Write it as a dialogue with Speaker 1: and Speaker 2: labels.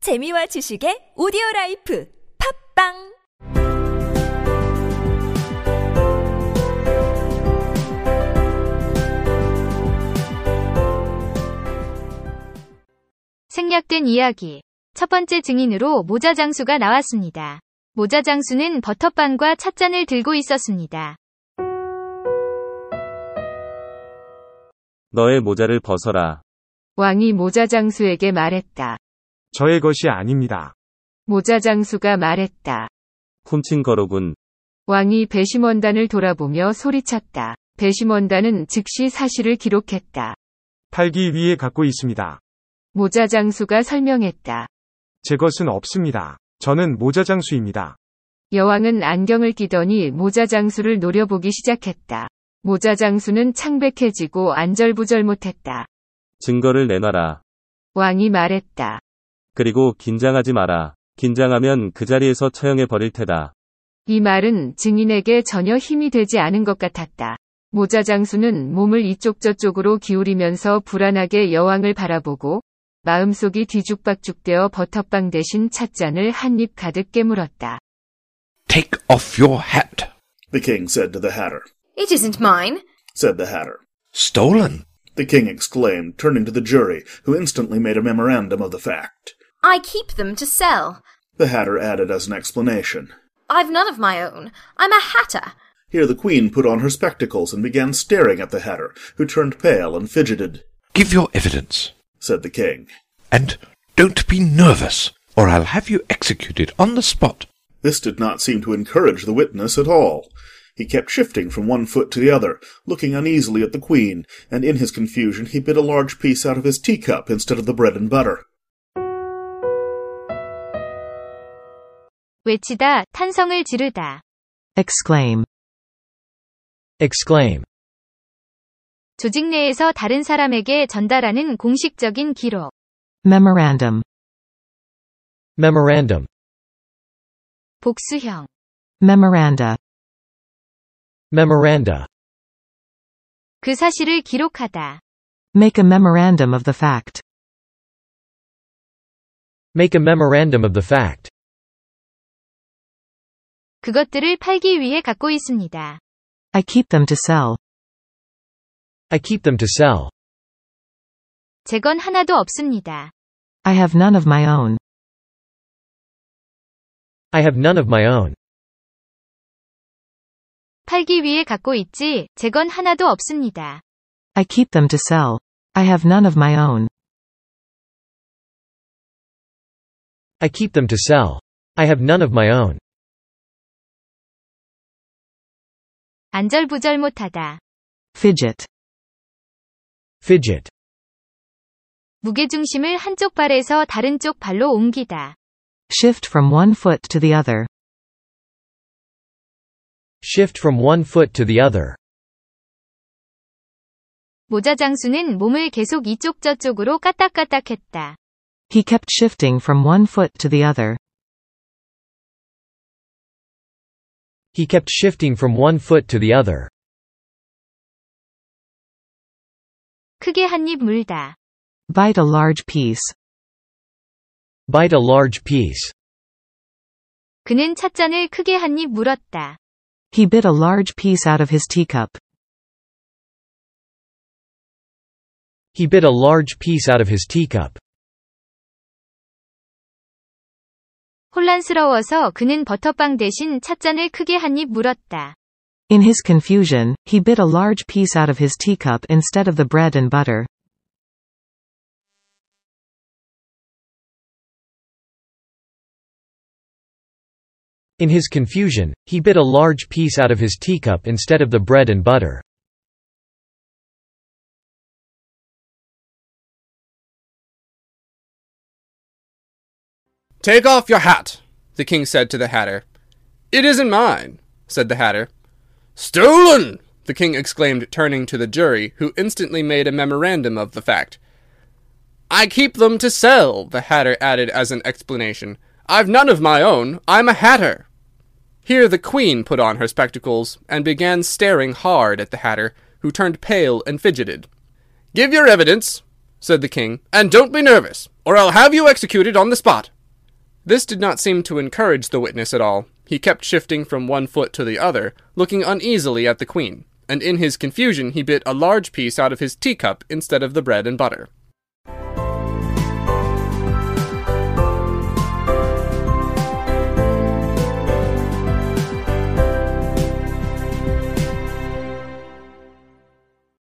Speaker 1: 재미와 지식의 오디오 라이프 팝빵
Speaker 2: 생략된 이야기. 첫 번째 증인으로 모자 장수가 나왔습니다. 모자 장수는 버터빵과 찻잔을 들고 있었습니다.
Speaker 3: 너의 모자를 벗어라.
Speaker 4: 왕이 모자장수에게 말했다.
Speaker 5: 저의 것이 아닙니다.
Speaker 4: 모자장수가 말했다.
Speaker 3: 훔친 거로군.
Speaker 4: 왕이 배심원단을 돌아보며 소리쳤다. 배심원단은 즉시 사실을 기록했다.
Speaker 5: 팔기 위해 갖고 있습니다.
Speaker 4: 모자장수가 설명했다.
Speaker 5: 제 것은 없습니다. 저는 모자장수입니다.
Speaker 4: 여왕은 안경을 끼더니 모자장수를 노려보기 시작했다. 모자장수는 창백해지고 안절부절 못했다.
Speaker 3: 증거를 내놔라.
Speaker 4: 왕이 말했다.
Speaker 3: 그리고 긴장하지 마라. 긴장하면 그 자리에서 처형해 버릴 테다.
Speaker 4: 이 말은 증인에게 전혀 힘이 되지 않은 것 같았다. 모자장수는 몸을 이쪽저쪽으로 기울이면서 불안하게 여왕을 바라보고 마음속이 뒤죽박죽되어 버터빵 대신 찻잔을 한 입 가득 깨물었다.
Speaker 6: Take off your hat.
Speaker 7: The king said to the hatter.
Speaker 8: It isn't mine.
Speaker 7: Said the hatter.
Speaker 6: Stolen.
Speaker 7: The king exclaimed, turning to the jury, who instantly made a memorandum of the fact.
Speaker 8: I keep them to sell.
Speaker 7: The hatter added as an explanation.
Speaker 8: I've none of my own. I'm a hatter.
Speaker 7: Here the queen put on her spectacles and began staring at the hatter, who turned pale and fidgeted.
Speaker 6: Give your evidence.
Speaker 7: Said the king.
Speaker 6: And don't be nervous, or I'll have you executed on the spot.
Speaker 7: This did not seem to encourage the witness at all. He kept shifting from one foot to the other, looking uneasily at the queen, and in his confusion he bit a large piece out of his teacup instead of the bread and butter.
Speaker 2: 외치다, 탄성을 지르다.
Speaker 9: exclaim,
Speaker 10: exclaim,
Speaker 2: 조직 내에서 다른 사람에게 전달하는 공식적인 기록.
Speaker 9: memorandum,
Speaker 10: memorandum,
Speaker 2: 복수형.
Speaker 9: memoranda,
Speaker 10: memoranda,
Speaker 2: 그 사실을 기록하다.
Speaker 9: make a memorandum of the fact,
Speaker 10: make a memorandum of the fact,
Speaker 2: 그것들을 팔기 위해 갖고 있습니다.
Speaker 9: I keep them to sell,
Speaker 10: I keep them to sell,
Speaker 2: 제건 하나도 없습니다.
Speaker 9: I have none of my own,
Speaker 10: I have none of my own,
Speaker 2: 팔기 위해 갖고 있지, 제건 하나도 없습니다.
Speaker 9: I keep them to sell, I have none of my own,
Speaker 10: I keep them to sell. I have none of my own.
Speaker 2: 안절부절 못하다.
Speaker 9: fidget,
Speaker 10: Fidget,
Speaker 2: 무게중심을 한쪽 발에서 다른 쪽 발로 옮기다.
Speaker 9: shift from one foot to the other,
Speaker 10: shift from one foot to the other.
Speaker 2: 모자 장수는 몸을 계속 이쪽 저쪽으로 까딱까딱했다.
Speaker 9: he kept shifting from one foot to the other,
Speaker 10: He kept shifting from one foot to the other.
Speaker 2: 크게 한 입 물다.
Speaker 9: bite a large piece,
Speaker 10: Bite a large piece.
Speaker 2: 그는 찻잔을 크게 한 입 물었다.
Speaker 9: he bit a large piece out of his teacup,
Speaker 10: He bit a large piece out of his teacup.
Speaker 2: 혼란스러워서 그는 버터빵 대신 찻잔을 크게 한 입 물었다.
Speaker 9: in his confusion, he bit a large piece out of his teacup instead of the bread and butter,
Speaker 10: In his confusion, he bit a large piece out of his teacup instead of the bread and butter.
Speaker 11: Take off your hat, the king said to the hatter. It isn't mine, said the hatter. Stolen! the king exclaimed, turning to the jury, who instantly made a memorandum of the fact. I keep them to sell, the hatter added as an explanation. I've none of my own. I'm a hatter. Here the queen put on her spectacles and began staring hard at the hatter, who turned pale and fidgeted. Give your evidence, said the king, and don't be nervous, or I'll have you executed on the spot. This did not seem to encourage the witness at all. He kept shifting from one foot to the other, looking uneasily at the queen, and in his confusion he bit a large piece out of his teacup instead of the bread and butter.